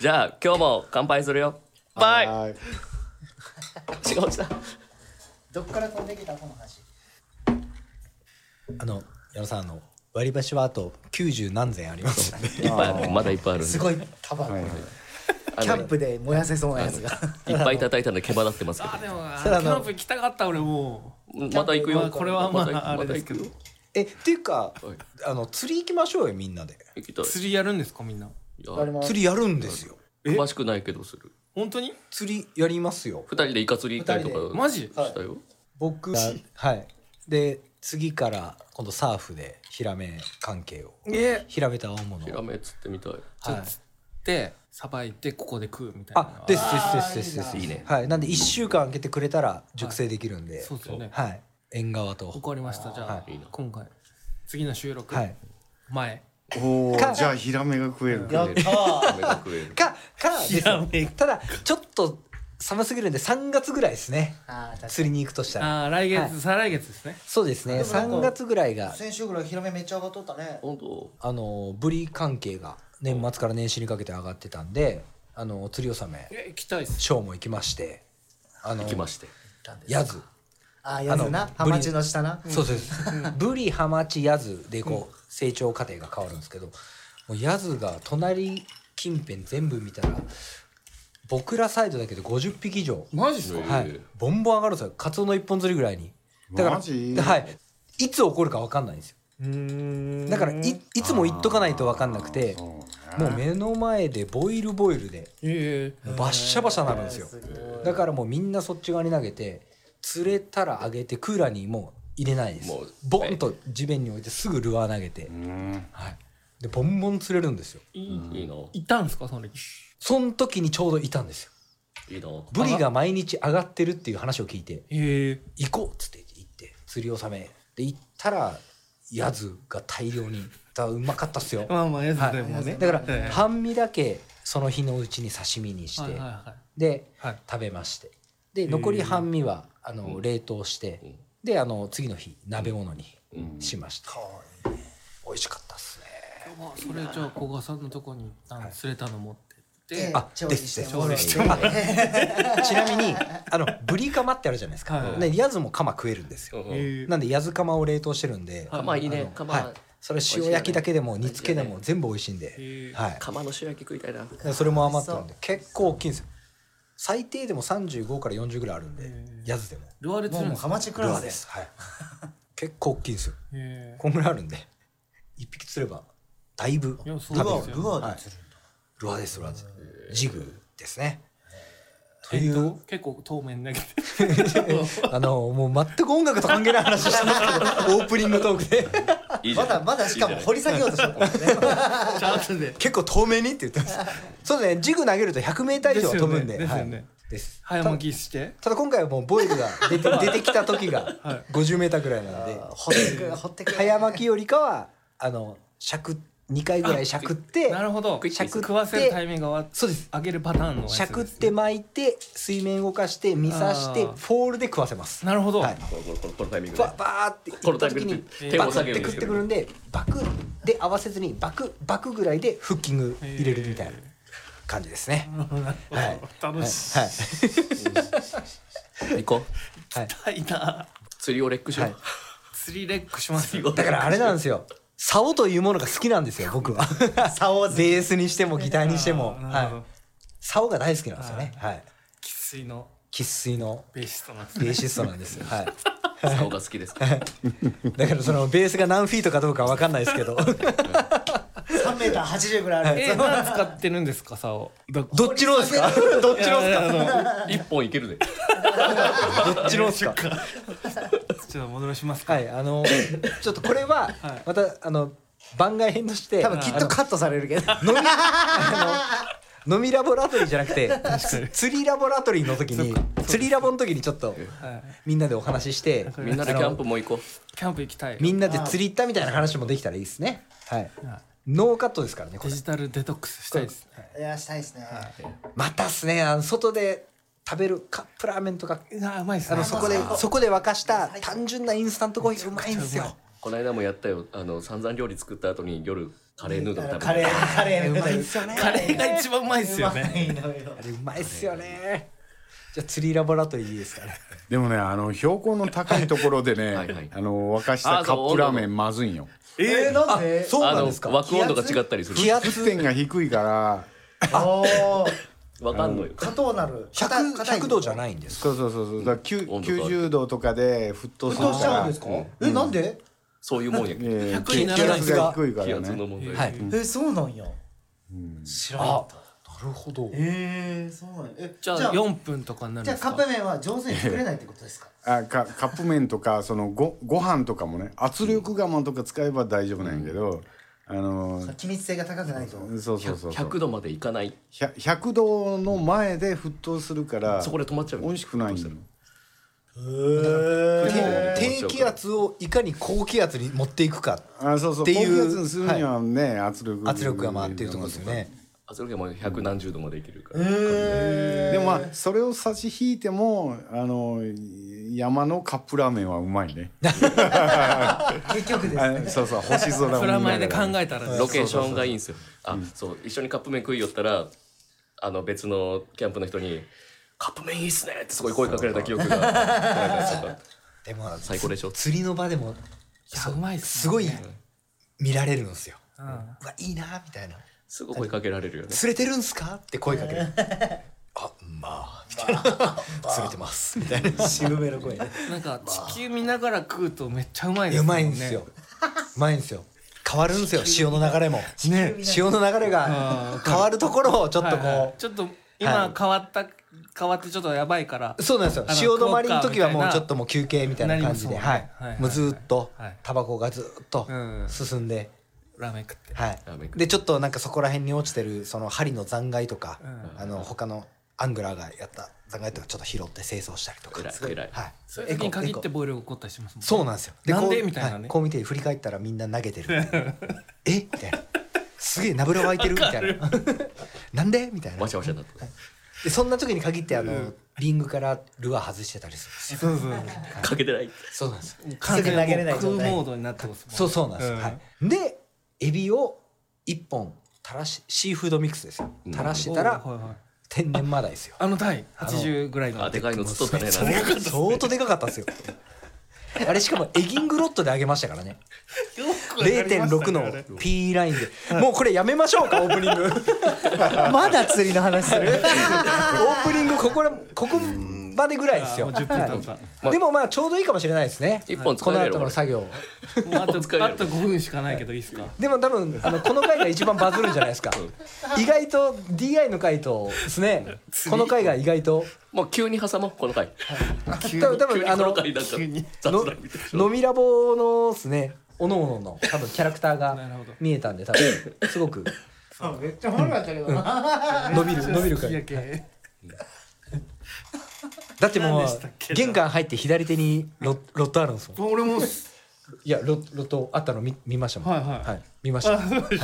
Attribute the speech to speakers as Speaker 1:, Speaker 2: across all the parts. Speaker 1: じゃあ今日も乾杯するよバイ
Speaker 2: はい
Speaker 1: 違うした
Speaker 3: どっから飛んできたこの話
Speaker 4: あの矢野さんあの割り箸はあと90何千ありますので
Speaker 1: いっぱいあるまだいっぱいあるんです
Speaker 3: ごい束、
Speaker 2: はい
Speaker 1: あの
Speaker 3: キャンプで燃やせそうなやつが
Speaker 1: いっぱい叩いたので毛羽立ってますけ
Speaker 5: あでもあ
Speaker 4: それはあ
Speaker 5: キ
Speaker 4: の
Speaker 5: ャンプ行きたかった俺も
Speaker 1: どまた行く
Speaker 5: ま
Speaker 1: よ
Speaker 5: あこれはまあ
Speaker 1: た行く
Speaker 5: あれですけど
Speaker 1: また行くよ
Speaker 4: えっていうか
Speaker 1: はい
Speaker 4: あの釣り行きましょうよみんなで
Speaker 1: 行きたいう
Speaker 5: 釣りやるんですかみんな
Speaker 1: や
Speaker 3: あれも
Speaker 4: 釣りやるんですよ
Speaker 5: え
Speaker 1: 詳しくないけどする
Speaker 5: 本当に
Speaker 4: 釣りやりますよ
Speaker 1: 二人でイカ釣り行ったりと
Speaker 3: 二人
Speaker 1: か
Speaker 5: マジ
Speaker 1: したよ
Speaker 4: 僕はいで次から今度サーフでヒラメ関係を
Speaker 5: え
Speaker 4: ヒラメと青物
Speaker 1: ヒラメ釣ってみたい
Speaker 5: ちょ
Speaker 4: は
Speaker 5: っと
Speaker 4: い
Speaker 5: 釣ってさばいてここで食うみたいな
Speaker 4: あですですですで
Speaker 3: あー
Speaker 4: す
Speaker 1: い
Speaker 4: で
Speaker 1: い
Speaker 4: す
Speaker 1: ね
Speaker 4: はいなんで1週間空けてくれたら熟成できるんで
Speaker 5: そうですよね
Speaker 4: はい縁側と
Speaker 5: わかりましたじゃあ、
Speaker 4: はい
Speaker 1: いいな
Speaker 5: 今回次の収録
Speaker 4: はい
Speaker 5: 前
Speaker 2: おお
Speaker 4: か
Speaker 2: じゃあヒラメが食える
Speaker 3: やった
Speaker 1: ヒラ
Speaker 3: ー
Speaker 1: メが食える
Speaker 4: かからです
Speaker 5: ヒラメ
Speaker 4: ただちょっと寒すぎるんで3月ぐらいですね
Speaker 3: あー確か
Speaker 4: 釣りに行くとしたら
Speaker 5: あー来月、
Speaker 4: はい
Speaker 5: 再来月ですね
Speaker 4: そうですね
Speaker 3: でもなんか
Speaker 4: 3月ぐらい
Speaker 3: に
Speaker 4: が
Speaker 3: 先週ぐらいヒラメめっちゃ上がっとったね
Speaker 1: 本当
Speaker 4: あのブリ関係が年末から年始にかけて上がってたんであの釣り納め
Speaker 5: え行きたいっす
Speaker 4: ショーも行きましてあの
Speaker 1: 行きまして
Speaker 4: ヤズ
Speaker 3: あーやつ
Speaker 4: あ
Speaker 3: な
Speaker 4: の
Speaker 3: ハマチの下な
Speaker 4: そうそうですブリハマチヤズでこう成長過程が変わるんですけどもうヤズが隣近辺全部見たら僕らサイドだけで50匹以上
Speaker 5: マジっすか
Speaker 4: はい、ボンボン上がるんですよカツオの一本釣りぐらいにだから
Speaker 2: マジ
Speaker 4: はい、いつ起こるか分かんないんですよ
Speaker 5: うん
Speaker 4: だからいいつも言っとかないと分かんなくて
Speaker 2: そ
Speaker 4: も
Speaker 2: うね
Speaker 4: う目の前でボイルボイルで
Speaker 5: ええ
Speaker 4: バッシャバシャなるんですよ
Speaker 3: すごい
Speaker 4: だからもうみんなそっち側に投げて釣れたら上げてクーラーにもう入れないです
Speaker 1: もう
Speaker 4: ボンと地面に置いてすぐルアー投げて、
Speaker 2: うん
Speaker 4: はい、でボンボン釣れるんですよ
Speaker 1: いいない
Speaker 5: たんすかその時
Speaker 4: その時にちょうどいたんですよ
Speaker 1: いいな
Speaker 4: ブリが毎日上がってるっていう話を聞いて
Speaker 5: ええ
Speaker 4: 行こうっつって行って釣り納めで行ったらヤズが大量にだうまかったっすよ、
Speaker 5: まあまあやつ
Speaker 4: はい
Speaker 5: でもね、
Speaker 4: だか
Speaker 5: ええ
Speaker 4: ら半身だけその日のうちに刺身にして、
Speaker 5: はいはいはい
Speaker 4: で
Speaker 5: はい
Speaker 4: 食べましてで残り半身はあの冷凍して、
Speaker 1: ん
Speaker 4: であの次の日鍋物に
Speaker 1: うん
Speaker 4: しました、美味しかったっすね
Speaker 5: まあそれじゃあ古賀さんのとこに一旦釣れたの持ってって、
Speaker 3: で
Speaker 4: あ
Speaker 3: 調理してもらって
Speaker 4: ですですあ ちなみにあのブリカマってあるじゃないですか、
Speaker 5: はい
Speaker 4: でヤズもカマ食えるんですよ、
Speaker 1: うん
Speaker 4: なんでヤズカマを冷凍してるんで、
Speaker 1: カマいいねカ
Speaker 4: は
Speaker 1: マ
Speaker 4: い、それ塩焼きだけでも煮付けでも全部美味しいんで
Speaker 5: へ、ー
Speaker 4: はい、
Speaker 1: カマの塩焼き食いたいな
Speaker 4: でそれも余ったんで結構大きいんですよ最低でも35から40ぐらいあるんでやずでも
Speaker 5: ルアーで
Speaker 3: も
Speaker 5: 釣
Speaker 3: う
Speaker 5: るん
Speaker 3: もう
Speaker 5: で
Speaker 3: ハ
Speaker 5: すか
Speaker 3: マチク
Speaker 4: ル
Speaker 3: ラ
Speaker 4: ア
Speaker 3: ス
Speaker 4: ーで
Speaker 3: です
Speaker 4: すはい 結構大きいんですよ
Speaker 5: え
Speaker 4: こんぐらいあるんで一匹釣ればだいぶ
Speaker 5: いやそ
Speaker 4: 食
Speaker 5: う
Speaker 3: ル
Speaker 4: べる
Speaker 3: ア
Speaker 5: で
Speaker 3: ールア
Speaker 4: は
Speaker 3: ーで
Speaker 4: い
Speaker 3: 釣るんだ
Speaker 4: ルアーですルアーですジグですねと
Speaker 5: え
Speaker 4: い
Speaker 5: えっ
Speaker 4: う
Speaker 5: と結構当面投げて
Speaker 4: あのもう全く音楽と関係ない話してますけ どオープニングトークで
Speaker 1: いいじゃ
Speaker 3: ま
Speaker 1: ん
Speaker 3: だまだしかも掘り下げようとしとったもんね
Speaker 5: チャンスで
Speaker 4: 結構透明にって言ってますそうですねジグ投げると 100m 以上は飛ぶんで
Speaker 5: ですよねですよね
Speaker 4: はいです
Speaker 5: 早巻きして
Speaker 4: ただ今回はもうボイルが出 て出てきた時が
Speaker 5: は
Speaker 4: 50m ぐらいなので
Speaker 3: 掘ってく掘ってく
Speaker 4: 早巻きよりかはあのしゃく2回ぐらいしゃくって
Speaker 5: なるほど
Speaker 4: 食って
Speaker 5: 食わせるタイミングが終わっ
Speaker 4: そうです
Speaker 5: 上げるパターンのやつです
Speaker 4: し
Speaker 5: ね
Speaker 4: ゃくって巻いて水面動かして見さして
Speaker 5: あ
Speaker 4: フ
Speaker 5: ー
Speaker 4: ォールで食わせます
Speaker 5: なるほど、
Speaker 4: はい
Speaker 1: このこのこのこのタイミングで
Speaker 4: ババーって
Speaker 1: こ
Speaker 4: 行
Speaker 1: の
Speaker 4: っ
Speaker 1: タ
Speaker 4: た
Speaker 1: イミ
Speaker 4: 時
Speaker 1: ング
Speaker 4: に
Speaker 1: で手を
Speaker 4: バク
Speaker 1: 下
Speaker 4: っ
Speaker 1: げ
Speaker 4: て
Speaker 1: るんで
Speaker 4: 食
Speaker 1: すけ
Speaker 4: っ
Speaker 1: ど
Speaker 4: てくるんでバクで合わせずにバクバクぐらいでフッキング入れるみたいな感じですね、はい
Speaker 5: 楽し
Speaker 4: は
Speaker 1: 行
Speaker 4: い
Speaker 1: こう
Speaker 4: はい、
Speaker 5: い、い、な
Speaker 1: 釣りをレックしよ
Speaker 4: はいう
Speaker 5: 釣りレックしますよ
Speaker 4: だからあれなんですよ竿というものが好きなんですよ僕は竿をベースにしてもギターにしても、
Speaker 5: なるほ
Speaker 4: は
Speaker 5: ど
Speaker 4: い、竿が大好きなんですよねはい
Speaker 5: 生粋の
Speaker 4: 生粋の
Speaker 5: ベースとなんです
Speaker 4: ベーシストなんですよはい
Speaker 1: 竿が好きですから
Speaker 4: だからそのベースが何フィートかどうかわかんないですけ ど
Speaker 3: 3メーター80ぐらいある
Speaker 5: え
Speaker 3: や
Speaker 5: ー、何使ってるんですか竿ど
Speaker 4: どっちのですかどっちのですか
Speaker 1: 一本いけるね
Speaker 4: どっちのですか
Speaker 5: ちょっと戻しますか、
Speaker 4: はいあのちょっとこれはまたあの番外編として
Speaker 3: つ多分きっとカットされるけど
Speaker 4: 飲みあの飲みラボラトリーじゃなくて
Speaker 5: かに
Speaker 4: 釣りラボラトリーの時に釣りラボの時にちょっと
Speaker 5: はい、
Speaker 4: みんなでお話しして
Speaker 1: みんなでキャン
Speaker 4: あの
Speaker 1: プも行こ
Speaker 5: キャンプ行きたい
Speaker 4: みんなで釣り行ったみたいな話もできたらいいですねはい
Speaker 5: はい
Speaker 4: ノーカットですからねこ
Speaker 5: デ
Speaker 4: れ
Speaker 5: ジタルデトックスしたいですね
Speaker 3: いやしたいですね
Speaker 4: またっすねあの外で食べるカップラーメンとか
Speaker 5: いやうまいっす
Speaker 4: あ
Speaker 5: ね
Speaker 4: のそこでそこで沸かした単純なインスタントコーヒーうまいんですよ
Speaker 1: この間もやったよあの散々料理作った後に夜カレーヌードル食べた
Speaker 3: カレーカレーうまいっすよね
Speaker 5: カレーが一番うまいっすよね
Speaker 3: うまいのよ
Speaker 4: あれうまいっすよねじゃあ釣りラボラトリーいいですかね
Speaker 2: でもねあの標高の高いところでね
Speaker 1: はいはい
Speaker 2: あの沸かしたカップラーメンまずいんよ
Speaker 3: えーなんで
Speaker 4: そう
Speaker 1: あ
Speaker 4: なん
Speaker 1: の
Speaker 4: ですか
Speaker 1: 枠温度が違ったりする
Speaker 4: 気圧
Speaker 2: 沸点が低いから
Speaker 3: おー
Speaker 1: わかんのよ
Speaker 3: 加藤なる硬
Speaker 4: 100
Speaker 3: 硬い
Speaker 4: 100度じゃないんですか
Speaker 2: そうそうそうそうだからきゅ
Speaker 1: 温度変わる
Speaker 2: 90度とかで沸騰
Speaker 3: 沸
Speaker 2: する
Speaker 3: 騰しちゃ
Speaker 2: か
Speaker 3: うん
Speaker 2: ら
Speaker 3: ですかえなんで
Speaker 1: そういうもんやけど
Speaker 2: えー
Speaker 5: 100にならない
Speaker 2: 気圧が低いから
Speaker 1: 気圧の
Speaker 2: ね
Speaker 1: 問題、
Speaker 4: はい
Speaker 3: えそうなんや知らなかった
Speaker 4: なるほど
Speaker 3: えーそうなんやえ
Speaker 5: じゃあ4分とかにな
Speaker 3: じ
Speaker 5: る
Speaker 3: ゃ
Speaker 5: ん
Speaker 3: あ
Speaker 5: です
Speaker 3: カッ
Speaker 5: か
Speaker 3: プ麺は上手に作れないってことですか
Speaker 2: あかカップ麺とかそのごご飯とかもね圧力釜とか使えば大丈夫なんやけど、あのー
Speaker 3: 気密性が高くないと
Speaker 2: そうそうそうそう
Speaker 1: 100度までいかない
Speaker 2: 100 100度の前で沸騰するから、
Speaker 1: そこで止まっちゃう
Speaker 2: 美味しくないんだよ
Speaker 1: へ
Speaker 4: でも
Speaker 1: ー
Speaker 4: 低気圧をいかに高気圧に持っていくか
Speaker 2: あそうそう
Speaker 4: って
Speaker 2: 高
Speaker 4: いう
Speaker 2: 気圧にするにはね、圧力
Speaker 4: 圧力が回ってるところですよね
Speaker 1: あそれがもう百何十度までいけるから、
Speaker 3: え
Speaker 2: でもまあそれを差し引いてもあの山のカップラーメンはうまいね
Speaker 3: ー結局です
Speaker 2: あそうそう星空を見なが
Speaker 5: プ
Speaker 2: ら
Speaker 5: ラマイで考えたらね
Speaker 1: ロケーションがいいんですよあそう一緒にカップ麺食いよったらあの別のキャンプの人に「カップ麺いいっすね」ってすごい声かけられた記 憶がなんかちょっと
Speaker 4: でも
Speaker 1: 最高でしょ
Speaker 4: 釣りの場でも
Speaker 5: いやうまいっす
Speaker 4: す
Speaker 5: ね
Speaker 4: ごい見られるんですよ
Speaker 5: うんあ
Speaker 4: うわいいなみたいな
Speaker 1: すごい声かけられるよね
Speaker 4: 釣れてるんすかって声かける あまあみたいな釣れてますみたいな
Speaker 3: 渋めの声ね
Speaker 5: なんか地球見ながら食うとめっちゃうまいで
Speaker 4: う
Speaker 5: すも
Speaker 4: ま
Speaker 5: ね
Speaker 4: いんですようまいんですよ変わるんですよ潮の流れもね潮の流れが変わるところをちょっと
Speaker 5: はいはい
Speaker 4: こ
Speaker 5: ちょっと
Speaker 4: はい
Speaker 5: 今変わった変わってちょっとやばいから
Speaker 4: うそうなんですよ
Speaker 5: あの
Speaker 4: 潮止まりの時は
Speaker 5: クオ
Speaker 4: もう
Speaker 5: ッカーみたいな
Speaker 4: ちょっともう休憩みたいな感じで
Speaker 5: なり
Speaker 4: はい
Speaker 5: ますもんねはいはい
Speaker 4: もうずっと
Speaker 5: はい
Speaker 4: タバコがずっと
Speaker 5: うん
Speaker 4: 進んで
Speaker 5: ラーメン食って
Speaker 4: はい
Speaker 1: ラーメン食う
Speaker 4: でちょっとなんかそこら辺に落ちてるその針の残骸とか
Speaker 5: うん
Speaker 4: あの他のアングラーがやった残骸とかちょっと拾って清掃したりとか
Speaker 1: 偉い
Speaker 4: すご
Speaker 1: 偉い
Speaker 4: はい
Speaker 5: そういう時に限ってボイルが起こったりしますもんね
Speaker 4: そうなんですよ。
Speaker 5: なんで
Speaker 4: こう
Speaker 5: みたいなね
Speaker 4: はこう見て振り返ったらみんな投げ てる。えみたいな。すげえ、ナブラ湧いてるみたいな。 なんでみたいな
Speaker 1: わし。ゃわしゃになって
Speaker 4: で、そんな時に限って、あの、リングからルアー外してたりするんですよ。
Speaker 5: そうそう
Speaker 1: かけてない
Speaker 4: そうなんですよ。
Speaker 5: 完全に
Speaker 3: すぐ投げれない
Speaker 5: もう
Speaker 3: 状態
Speaker 5: 食うモードになってますもんね
Speaker 4: そうそうなんですよ。はい。で、エビを一本垂らし、シーフードミックスですよ。垂らしてたら
Speaker 5: お、うはいはい
Speaker 4: 天然マダイですよ。
Speaker 5: あのタイ80ぐらいの
Speaker 1: あでかいのずっとだね
Speaker 4: 相当相当でかかったんですよ。あれしかもエギングロットで上げましたからね。0.6の P ラインでもうこれやめましょうかオープ ニング
Speaker 3: まだ釣りの話する
Speaker 4: オープニングここらここまでぐらいですよ
Speaker 5: もう10分経 った
Speaker 4: はいでもまあちょうどいいかもしれないですね
Speaker 1: 一本使
Speaker 4: こ
Speaker 1: え
Speaker 4: の
Speaker 1: るや
Speaker 4: 後
Speaker 1: ろ
Speaker 4: の作業
Speaker 5: もうあと
Speaker 1: お疲れ様
Speaker 5: あと5分しかないけどいいですか
Speaker 4: でも多分あのこの回が一番バズるんじゃないですか意外と DI の回とですねこの回が意外と
Speaker 1: もう急に挟もうこの回
Speaker 4: 多分多
Speaker 1: 急に
Speaker 4: 分
Speaker 1: こ
Speaker 4: あ
Speaker 1: の
Speaker 4: の
Speaker 1: 回なんか雑
Speaker 4: の
Speaker 1: 談みたい
Speaker 4: 飲みラボのですねおのおのの多分キャラクター
Speaker 5: なる
Speaker 4: が
Speaker 5: ほど
Speaker 4: 見えたんで多分すごく
Speaker 3: めっちゃおもろかったけど
Speaker 4: 伸びる伸びる
Speaker 5: い
Speaker 4: 回
Speaker 5: やけ
Speaker 4: だっても
Speaker 5: 何
Speaker 4: う
Speaker 5: でしたっけ
Speaker 4: 玄関入って左手にロロットあるんですもん
Speaker 5: 俺も
Speaker 4: いやロロットあったの見見ましたもん
Speaker 5: はいはい
Speaker 4: 見ました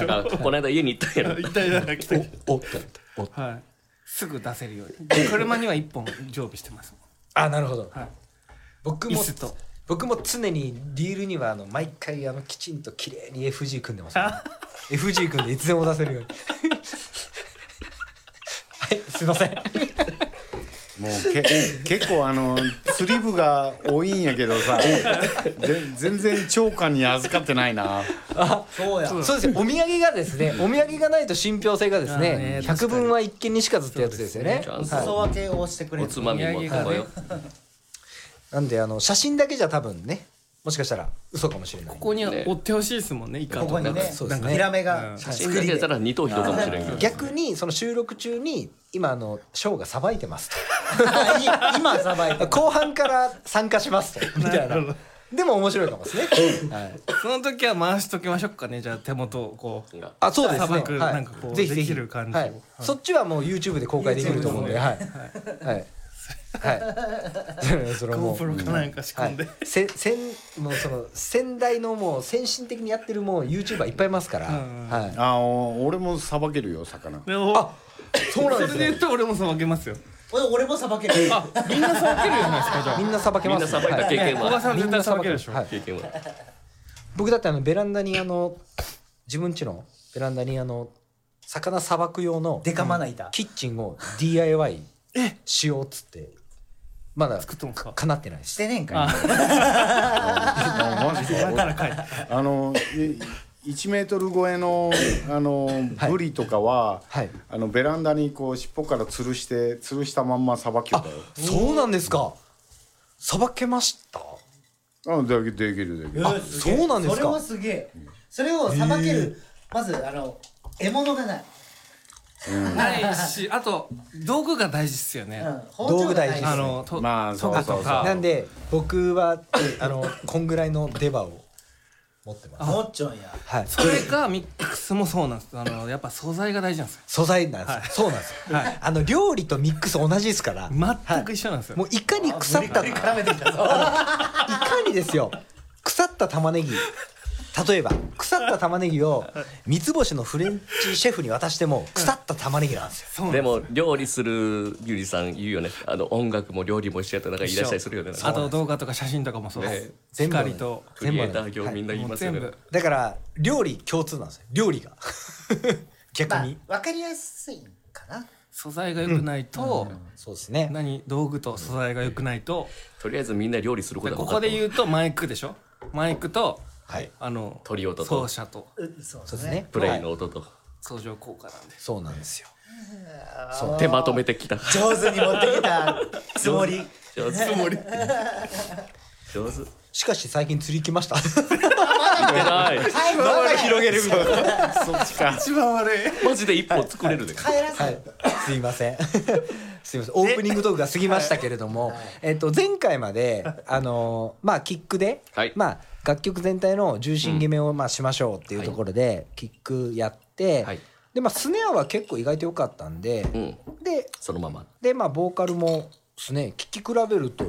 Speaker 1: なあこの間家に行ったんやろ
Speaker 5: 痛いな来た
Speaker 4: おおってなったお
Speaker 5: はいすぐ出せるように車には1本常備してます
Speaker 4: あなるほど、
Speaker 5: はい
Speaker 4: 僕
Speaker 5: 椅
Speaker 4: も
Speaker 5: 子と
Speaker 4: 僕も常にディールにはあの毎回あのきちんと綺麗に FG 組んでます、ね、FG 組んでいつでも出せ るようにはいすいません
Speaker 2: もうけ結構あの釣り部が多いんやけどさぜ全然長官に預かってないな
Speaker 3: そうや
Speaker 4: そうですよお土産がですねお土産がないと信憑性がです
Speaker 5: あー
Speaker 4: ね
Speaker 5: ね
Speaker 4: 百聞は一見にしかずってやつですよね
Speaker 1: そうですね
Speaker 4: はい
Speaker 3: 裾分けをしてくれ
Speaker 1: お
Speaker 3: る
Speaker 1: つまみも
Speaker 5: お土
Speaker 1: 頼
Speaker 5: 産が
Speaker 1: む
Speaker 5: ね
Speaker 1: よ
Speaker 4: なんであの写真だけじゃ多分ねもしかしたら嘘かもしれない
Speaker 5: ここには追ってほしいですもんねイカ
Speaker 3: ことこにね
Speaker 4: そうですね
Speaker 3: ヒラメが
Speaker 1: 写真だけやったら二頭人かもしれんけど
Speaker 4: 逆にその収録中に今あのショーがさばいてます
Speaker 3: 今さばいて
Speaker 4: 後半から参加しますとみたいなでも面白いかもですね、はい、
Speaker 5: その時は回しときましょうかねじゃあ手元をこう
Speaker 1: が
Speaker 4: あそうですね
Speaker 5: さばく
Speaker 4: はい
Speaker 5: なんかこう
Speaker 4: ぜひぜひ
Speaker 5: できる感じを
Speaker 4: はい
Speaker 5: はい
Speaker 4: そっちはもう YouTube で公開できると思うん
Speaker 3: YouTube
Speaker 4: ではいはいはい それはもう
Speaker 5: GoPro かなんか仕込んで
Speaker 4: はい、せせんもうその先代のもう先進的にやってるもう YouTuber いっぱいいますから、
Speaker 5: うんうん
Speaker 4: はい、
Speaker 2: あお俺もさばけるよ魚
Speaker 5: でお
Speaker 4: そうなんで
Speaker 5: そ
Speaker 4: す
Speaker 5: れで
Speaker 4: ね
Speaker 5: 言ったら俺もさばけますよ
Speaker 3: 俺俺もさばける
Speaker 5: あみんなさばけるじゃないですかじゃあ
Speaker 4: みんなさばけ
Speaker 1: み
Speaker 4: ま
Speaker 1: ん
Speaker 4: す
Speaker 1: な
Speaker 4: ね
Speaker 1: さばいた経験
Speaker 5: 小川
Speaker 1: は
Speaker 5: さん絶対さばけるでしょ
Speaker 4: はい
Speaker 1: 経験は
Speaker 4: 僕だってあのベランダにあの自分家のベランダにあの魚さばく用の
Speaker 3: でかまな板。
Speaker 4: キッチンを DIY しようっつってまだ
Speaker 5: 作っとんか
Speaker 4: かなってないで
Speaker 3: し
Speaker 4: す
Speaker 3: てねえんかい。
Speaker 2: あマジか俺あのい1メートル超えのあの
Speaker 4: はい
Speaker 2: ブリとかは、
Speaker 4: はい
Speaker 2: あのベランダにこう尻尾から吊るして吊るしたまんまさばきよっ
Speaker 4: あ
Speaker 2: たよ
Speaker 4: そうなんですかさばけました
Speaker 2: あでできるできる
Speaker 4: あ
Speaker 3: げえ
Speaker 4: そうなんです
Speaker 3: そ
Speaker 4: か
Speaker 3: れはすげえ。それをさばける、まず、あの、獲物がない。
Speaker 5: ないしあと道具が大事っすよね、
Speaker 3: うん包丁がない
Speaker 4: 道具大事
Speaker 5: あのと、
Speaker 2: まあ
Speaker 5: と
Speaker 2: そうそうそう
Speaker 5: とか
Speaker 4: なんで僕はあのこんぐらいの出歯を持ってます
Speaker 3: 持っちょんや。
Speaker 4: はい
Speaker 5: それかミックスもそうなんですあのやっぱ素材が大事なんですよ
Speaker 4: 素材なんですよ、そうなんですよ、
Speaker 5: はい
Speaker 4: あの料理とミックス同じですから
Speaker 5: 全く一緒なんですよ、
Speaker 4: もういかに腐っ
Speaker 3: 無
Speaker 4: た
Speaker 3: 理
Speaker 4: い
Speaker 3: くり絡めてきたぞ。
Speaker 4: かにですよ腐った玉ねぎ例えば腐った玉ねぎを三つ星のフレンチシェフに渡しても腐った玉ねぎなんですよ
Speaker 5: そうなん
Speaker 1: で
Speaker 5: です
Speaker 1: も料理するゆりさん言うよねあの音楽も料理も一緒やったらなんかいらっしゃいするよねなんか
Speaker 5: あと動画とか写真とかもそうです、
Speaker 1: ね
Speaker 4: 全部
Speaker 5: 光と
Speaker 1: クリエイター
Speaker 4: 全部
Speaker 1: 業
Speaker 4: ね
Speaker 1: みんな言い
Speaker 5: もう
Speaker 1: ますよ
Speaker 5: 全
Speaker 1: ね、
Speaker 5: 部
Speaker 4: だから料理共通なんですよ料理が 逆
Speaker 3: ま
Speaker 4: に、
Speaker 3: あ、わかりやすいんかな。
Speaker 5: 素材が良くないと、
Speaker 4: そうですね
Speaker 5: 何道具と素材が良くないと、
Speaker 1: とりあえずみんな料理するこ
Speaker 5: で
Speaker 1: とは分か
Speaker 5: ここ
Speaker 1: った
Speaker 5: で言うとマイクでしょマイクと
Speaker 4: はい
Speaker 5: あの
Speaker 1: 鳥音と
Speaker 5: 奏者と
Speaker 3: うそう
Speaker 4: そうですね
Speaker 1: プレイ
Speaker 4: はい
Speaker 1: の音と、
Speaker 5: 相乗効果なんで
Speaker 4: そうなんですよ
Speaker 1: そう手まとめてきた
Speaker 3: 上手に持ってきた つもり。
Speaker 1: 上手つもり上手
Speaker 4: しかし最近釣り行きました
Speaker 1: 偉い
Speaker 3: はい、まだ
Speaker 2: 広げるみたいなそっちか
Speaker 5: 一番悪い
Speaker 1: マジで一本作れるで、
Speaker 3: 帰らせ
Speaker 4: はい、すいません。 すいません。オープニングトークが過ぎましたけれども、えっと前回まであのーまあキックで、
Speaker 1: はい
Speaker 4: まあ楽曲全体の重心決めをまあしましょうっていうところでキックやって、
Speaker 1: はい
Speaker 4: でまあスネアは結構意外と良かったんで、
Speaker 1: うん
Speaker 4: で
Speaker 1: そのまま
Speaker 4: でまあボーカルもですね聴き比べると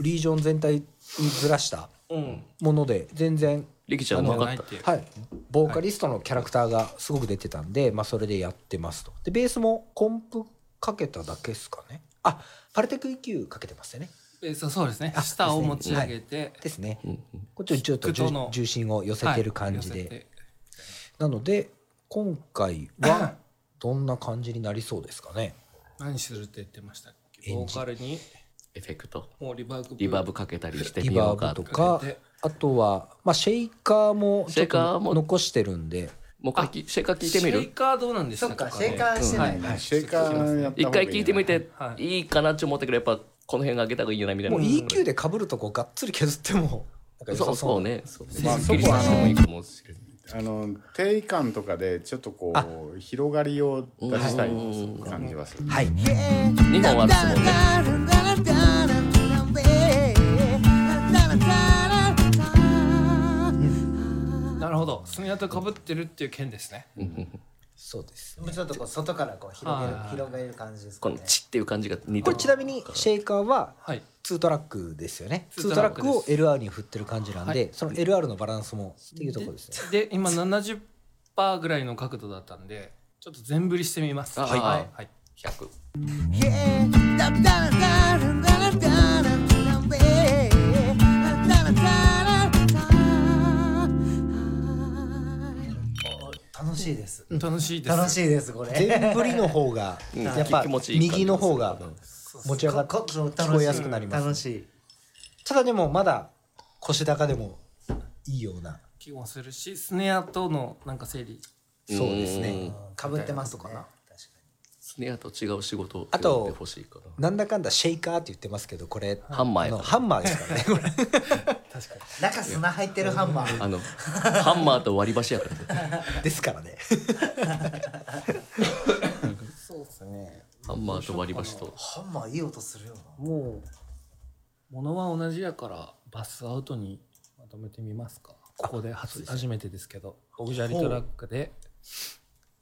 Speaker 4: リージョン全体にずらした
Speaker 5: うん
Speaker 4: もので全然
Speaker 1: リキちゃんうまかっ
Speaker 5: っていう
Speaker 4: はい、ボーカリストのキャラクターがすごく出てたんで、まあ、それでやってますとでベースもコンプかけただけですかねあパルテック EQ かけてますよね
Speaker 5: えそうそうですね
Speaker 4: あ
Speaker 5: 舌を持ち上げて、
Speaker 4: ですね、
Speaker 1: ん
Speaker 4: こっちをちょっと
Speaker 5: きっとの
Speaker 4: 重重心を寄せ
Speaker 5: はい
Speaker 4: てる感じで、
Speaker 5: 寄せて
Speaker 4: なので今回はどんな感じになりそうですかね
Speaker 5: 何するって言ってましたっけ
Speaker 4: エ
Speaker 5: ボ
Speaker 4: ン
Speaker 5: ー
Speaker 4: ジン
Speaker 5: カルに
Speaker 1: エフェクト
Speaker 5: もうリバーブ
Speaker 1: リバーブかけたりして
Speaker 4: リ
Speaker 1: みよ
Speaker 4: バ
Speaker 1: うか
Speaker 4: ーブとか
Speaker 5: かけて
Speaker 4: あとは、まあ、シェイカーもちょっ
Speaker 1: シェイカー
Speaker 4: と
Speaker 1: も
Speaker 4: 残してるんで
Speaker 1: もう一回きシェイカー聞いてみ
Speaker 5: シェイ
Speaker 1: る
Speaker 5: カーどうなんです
Speaker 3: そっか、シェイカーしてないな。
Speaker 2: シェイカーやった
Speaker 1: 一
Speaker 2: 方が
Speaker 1: 回聞いてみて
Speaker 5: はい
Speaker 1: いいかなって思ったけどやっぱこの辺が上げた方がいいよなみたい
Speaker 4: も
Speaker 1: な
Speaker 4: う EQ で被るとこがっつり削ってもなんか良さ
Speaker 1: そうそうねそうね
Speaker 2: あ
Speaker 1: すっきりさせてもいいかもしれない
Speaker 2: あの定位感とかでちょっとこう広がりを出したい
Speaker 1: うん
Speaker 2: 感じはする
Speaker 4: はい
Speaker 1: 2本あるっすもんね
Speaker 5: なるほどスネアとかぶってるっていう件ですね
Speaker 4: そうです
Speaker 3: もうちょっとこう外からこう広げる
Speaker 5: は、い
Speaker 3: 広げる感じです
Speaker 1: こ
Speaker 3: か
Speaker 1: の
Speaker 3: ね。
Speaker 1: チっていう感じが似て
Speaker 4: これ
Speaker 1: る
Speaker 4: ちなみにシェイカーは
Speaker 5: はい
Speaker 4: 2トラックですよね
Speaker 5: 2
Speaker 4: 2
Speaker 5: ト
Speaker 4: ト
Speaker 5: ラ
Speaker 4: ラ
Speaker 5: ッ
Speaker 4: ッ
Speaker 5: クで
Speaker 4: ク
Speaker 5: す
Speaker 4: を LR に振ってる感じなんで、その LR のバランスもっていうところですね
Speaker 5: で今70%ぐらいの角度だったんでちょっと全振りしてみます
Speaker 1: あ
Speaker 5: はい
Speaker 1: はい
Speaker 5: はい、はい
Speaker 1: 100
Speaker 3: お楽しいです。
Speaker 5: 楽しいです
Speaker 3: 楽しいです、これ。
Speaker 4: 全振りの方が
Speaker 1: うん
Speaker 4: やっぱ
Speaker 1: 気持ちいい感じ
Speaker 4: 右の方が持ち上がって
Speaker 3: こそう
Speaker 4: 聞こえやすくなりま
Speaker 3: 楽
Speaker 4: す
Speaker 3: しい。
Speaker 4: ただでもまだ腰高でもいいような
Speaker 5: 気もするしスネアとのなんか整理
Speaker 4: そうですね
Speaker 3: かぶってますね。確か
Speaker 1: スネアと違う仕事を
Speaker 4: あと
Speaker 1: やってほしいか
Speaker 4: なんだかんだシェイカーって言ってますけどこれ
Speaker 1: なハンマー
Speaker 4: あ
Speaker 1: や
Speaker 4: の
Speaker 1: から
Speaker 4: ハンマーですからねこれ
Speaker 3: に中砂入ってるハンマー。
Speaker 1: あのハンマーと割り箸やからね
Speaker 4: ですからね
Speaker 5: そうですね
Speaker 1: ハンマーと割り箸と
Speaker 3: ハンマーいい音するよな。
Speaker 5: もうものは同じやからバスアウトにまとめてみますかここで初初めてですけどオブジャリトラックで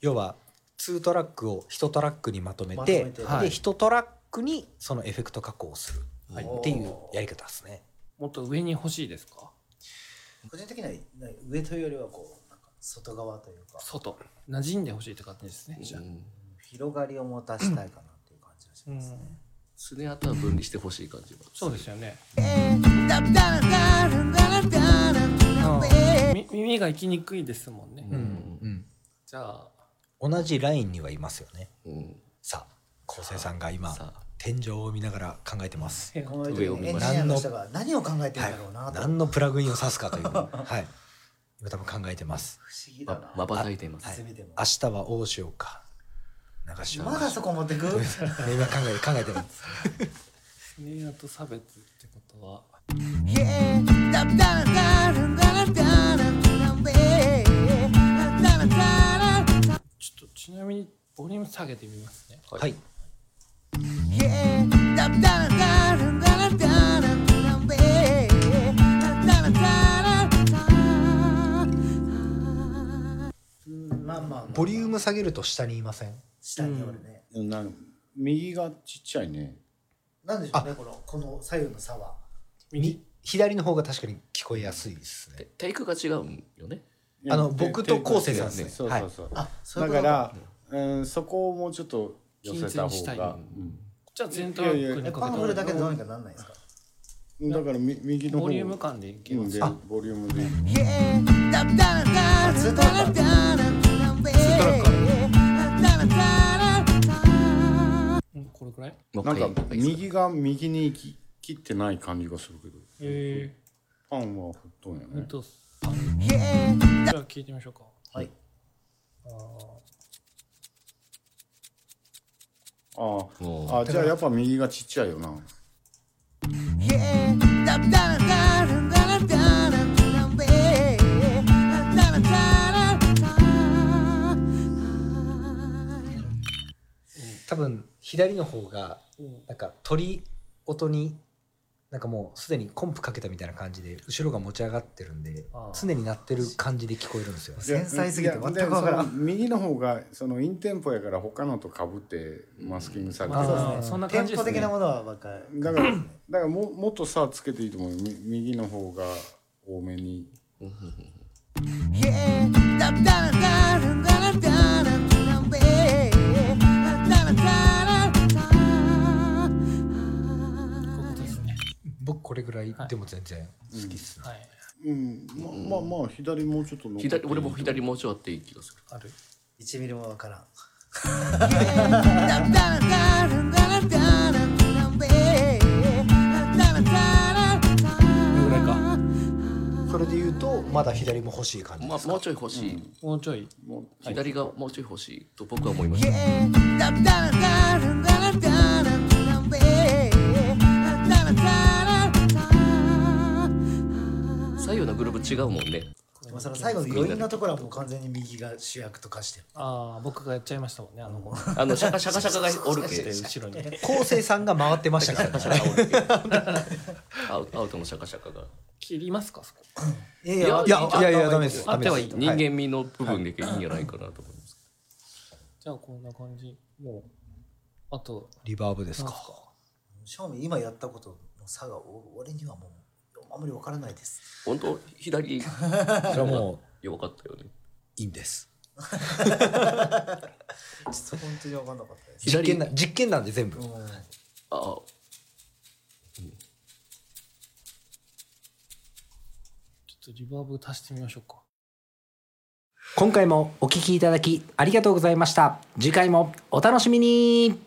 Speaker 4: 要は2トラックを1トラックにまとめて
Speaker 3: まとめて
Speaker 4: で
Speaker 5: はい
Speaker 4: 1トラックにそのエフェクト加工をする
Speaker 3: はい
Speaker 4: っていうやり方ですね。
Speaker 5: もっと上に欲しいですか
Speaker 3: 個人的には上というよりはこうなんか外側というか
Speaker 5: 外馴染んでほしいって感じですねじゃあ
Speaker 1: うん
Speaker 3: 広がりを持たしたいかなっていう感じがしますね。
Speaker 1: スネアとは分離してほしい感じは
Speaker 5: そうですよね
Speaker 6: だだだだだだだだ
Speaker 5: あーみ目が行きにくいですもんね、
Speaker 4: うんうん
Speaker 5: じゃあ
Speaker 4: 同じラインにはいますよね
Speaker 1: うん
Speaker 4: さあ昴生さんが今
Speaker 1: さあ
Speaker 4: 天井を見ながら考えてます
Speaker 3: この時にエンジニアの人が何を考えてるんだろうなと、
Speaker 4: 何のプラグインを指すかというはい今多分考えてます
Speaker 3: 不思議だな、
Speaker 1: ままばたいています、
Speaker 3: 進めても
Speaker 4: 明日は大塩か流し
Speaker 3: まだそこ持ってく
Speaker 4: 今考えて考えてます
Speaker 5: スネアと差別ってことは
Speaker 6: Yeah, da da da da da da da da da da da.
Speaker 5: ちょっとちなみにボリューム下げてみますね
Speaker 4: はい
Speaker 6: Yeah, da da da da da da da da da da.
Speaker 3: まあまあ
Speaker 4: ボリューム下げると下にいません
Speaker 3: 下におるね、
Speaker 2: なんか右がちっちゃいね
Speaker 3: なんでしょうねこのこの左右の差は
Speaker 4: み左の方が確かに聞こえやすいです
Speaker 1: で
Speaker 4: ね
Speaker 1: テイクが違うんよね
Speaker 2: いや
Speaker 4: あの
Speaker 2: て
Speaker 4: 僕と
Speaker 2: て
Speaker 4: 昴生さんですね
Speaker 2: そうそうそう、
Speaker 3: あそういう
Speaker 2: だ
Speaker 3: こと
Speaker 2: から、うん、そこをもうちょっと寄せた
Speaker 5: 均一にし
Speaker 2: 方
Speaker 5: たい
Speaker 2: が、
Speaker 5: じゃあ全体を
Speaker 2: いやいや
Speaker 5: に
Speaker 3: えパンフルだけでどうにかなんないですか
Speaker 2: うん、だからみ右の方
Speaker 5: ボリューム感でいけ
Speaker 2: う
Speaker 5: ま
Speaker 2: ん
Speaker 5: す
Speaker 2: で
Speaker 5: あ
Speaker 2: ボリュームで
Speaker 6: Yeah, da da da da da da
Speaker 5: うんこれくらい
Speaker 1: もう
Speaker 2: な
Speaker 1: 一回
Speaker 2: んか右が右にき切ってない感じがするけど
Speaker 5: え
Speaker 2: パンはほっとんや
Speaker 5: え
Speaker 2: ね
Speaker 5: と
Speaker 6: da.
Speaker 5: じゃあ聞いてみましょうか
Speaker 3: はい
Speaker 2: あ
Speaker 1: お
Speaker 2: ああじゃあやっぱ右がちっちゃいよな
Speaker 6: Yeah, da da da da da da da da da da.
Speaker 4: 多分左の方がなんか鳥音になんかもうすでにコンプかけたみたいな感じで後ろが持ち上がってるんで
Speaker 5: あー
Speaker 4: 常に鳴ってる感じで聞こえるんですよね
Speaker 3: 繊細すぎて全くわから
Speaker 2: いやでその
Speaker 3: ん
Speaker 2: 右の方がそのインテンポやから他のと被ってマスキングされて
Speaker 5: まあ
Speaker 2: る
Speaker 3: そうですね
Speaker 5: そんな感じですね
Speaker 3: 店舗的なものは分かる
Speaker 2: だからだからももっとさつけていいと思うよみ右の方が多めに
Speaker 6: Yeah, da da da da da da da da.
Speaker 5: そうですね
Speaker 4: 僕これぐらいでも全然好きっすね、
Speaker 5: はい
Speaker 2: うんままあまあ左もうちょっと残っていい
Speaker 1: 左俺も左もうちょいあっていい気がする
Speaker 5: ある
Speaker 3: 1ミリも分からん
Speaker 6: Da da da da da da
Speaker 5: これぐらいか
Speaker 4: それで言うとまだ左も欲しい感じ
Speaker 1: ま
Speaker 4: で
Speaker 1: あ
Speaker 4: すか、
Speaker 1: もうちょい欲しい、
Speaker 5: もうちょい
Speaker 2: もう
Speaker 1: 左がもうちょい欲しいと僕は思いました、左右のグループ違うもんね
Speaker 3: でもその最後の余韻のところはもう完全に右が主役と化してる
Speaker 5: ああ僕がやっちゃいましたもんねあの子
Speaker 1: あのシャカシャカシャカがおる け
Speaker 5: 後ろに
Speaker 4: 昴生さんが回ってました から、ね、
Speaker 1: アウアウトのシャカシャカが
Speaker 5: 切りますかそこ
Speaker 3: いやい
Speaker 4: いやいやいやダメです
Speaker 5: あってはいい
Speaker 4: ダメ
Speaker 1: 人
Speaker 4: です
Speaker 1: 間味の部分でいいんじゃないかなと思います、
Speaker 5: じゃあこんな感じもうあと
Speaker 4: リバーブです
Speaker 5: なん
Speaker 4: か
Speaker 5: すか
Speaker 3: 正味今やったことの差がお俺にはもうあんまり分からないです
Speaker 1: 本当左
Speaker 4: それはもう
Speaker 1: 弱かったよね
Speaker 4: いいんです
Speaker 3: ちょっと本当に分かんなかったです
Speaker 4: 実
Speaker 1: 左
Speaker 4: 験な実験なんで全部、
Speaker 3: うん
Speaker 1: ああ
Speaker 5: ちょっとリバーブ足してみましょうか
Speaker 4: 今回もお聞きいただきありがとうございました次回もお楽しみに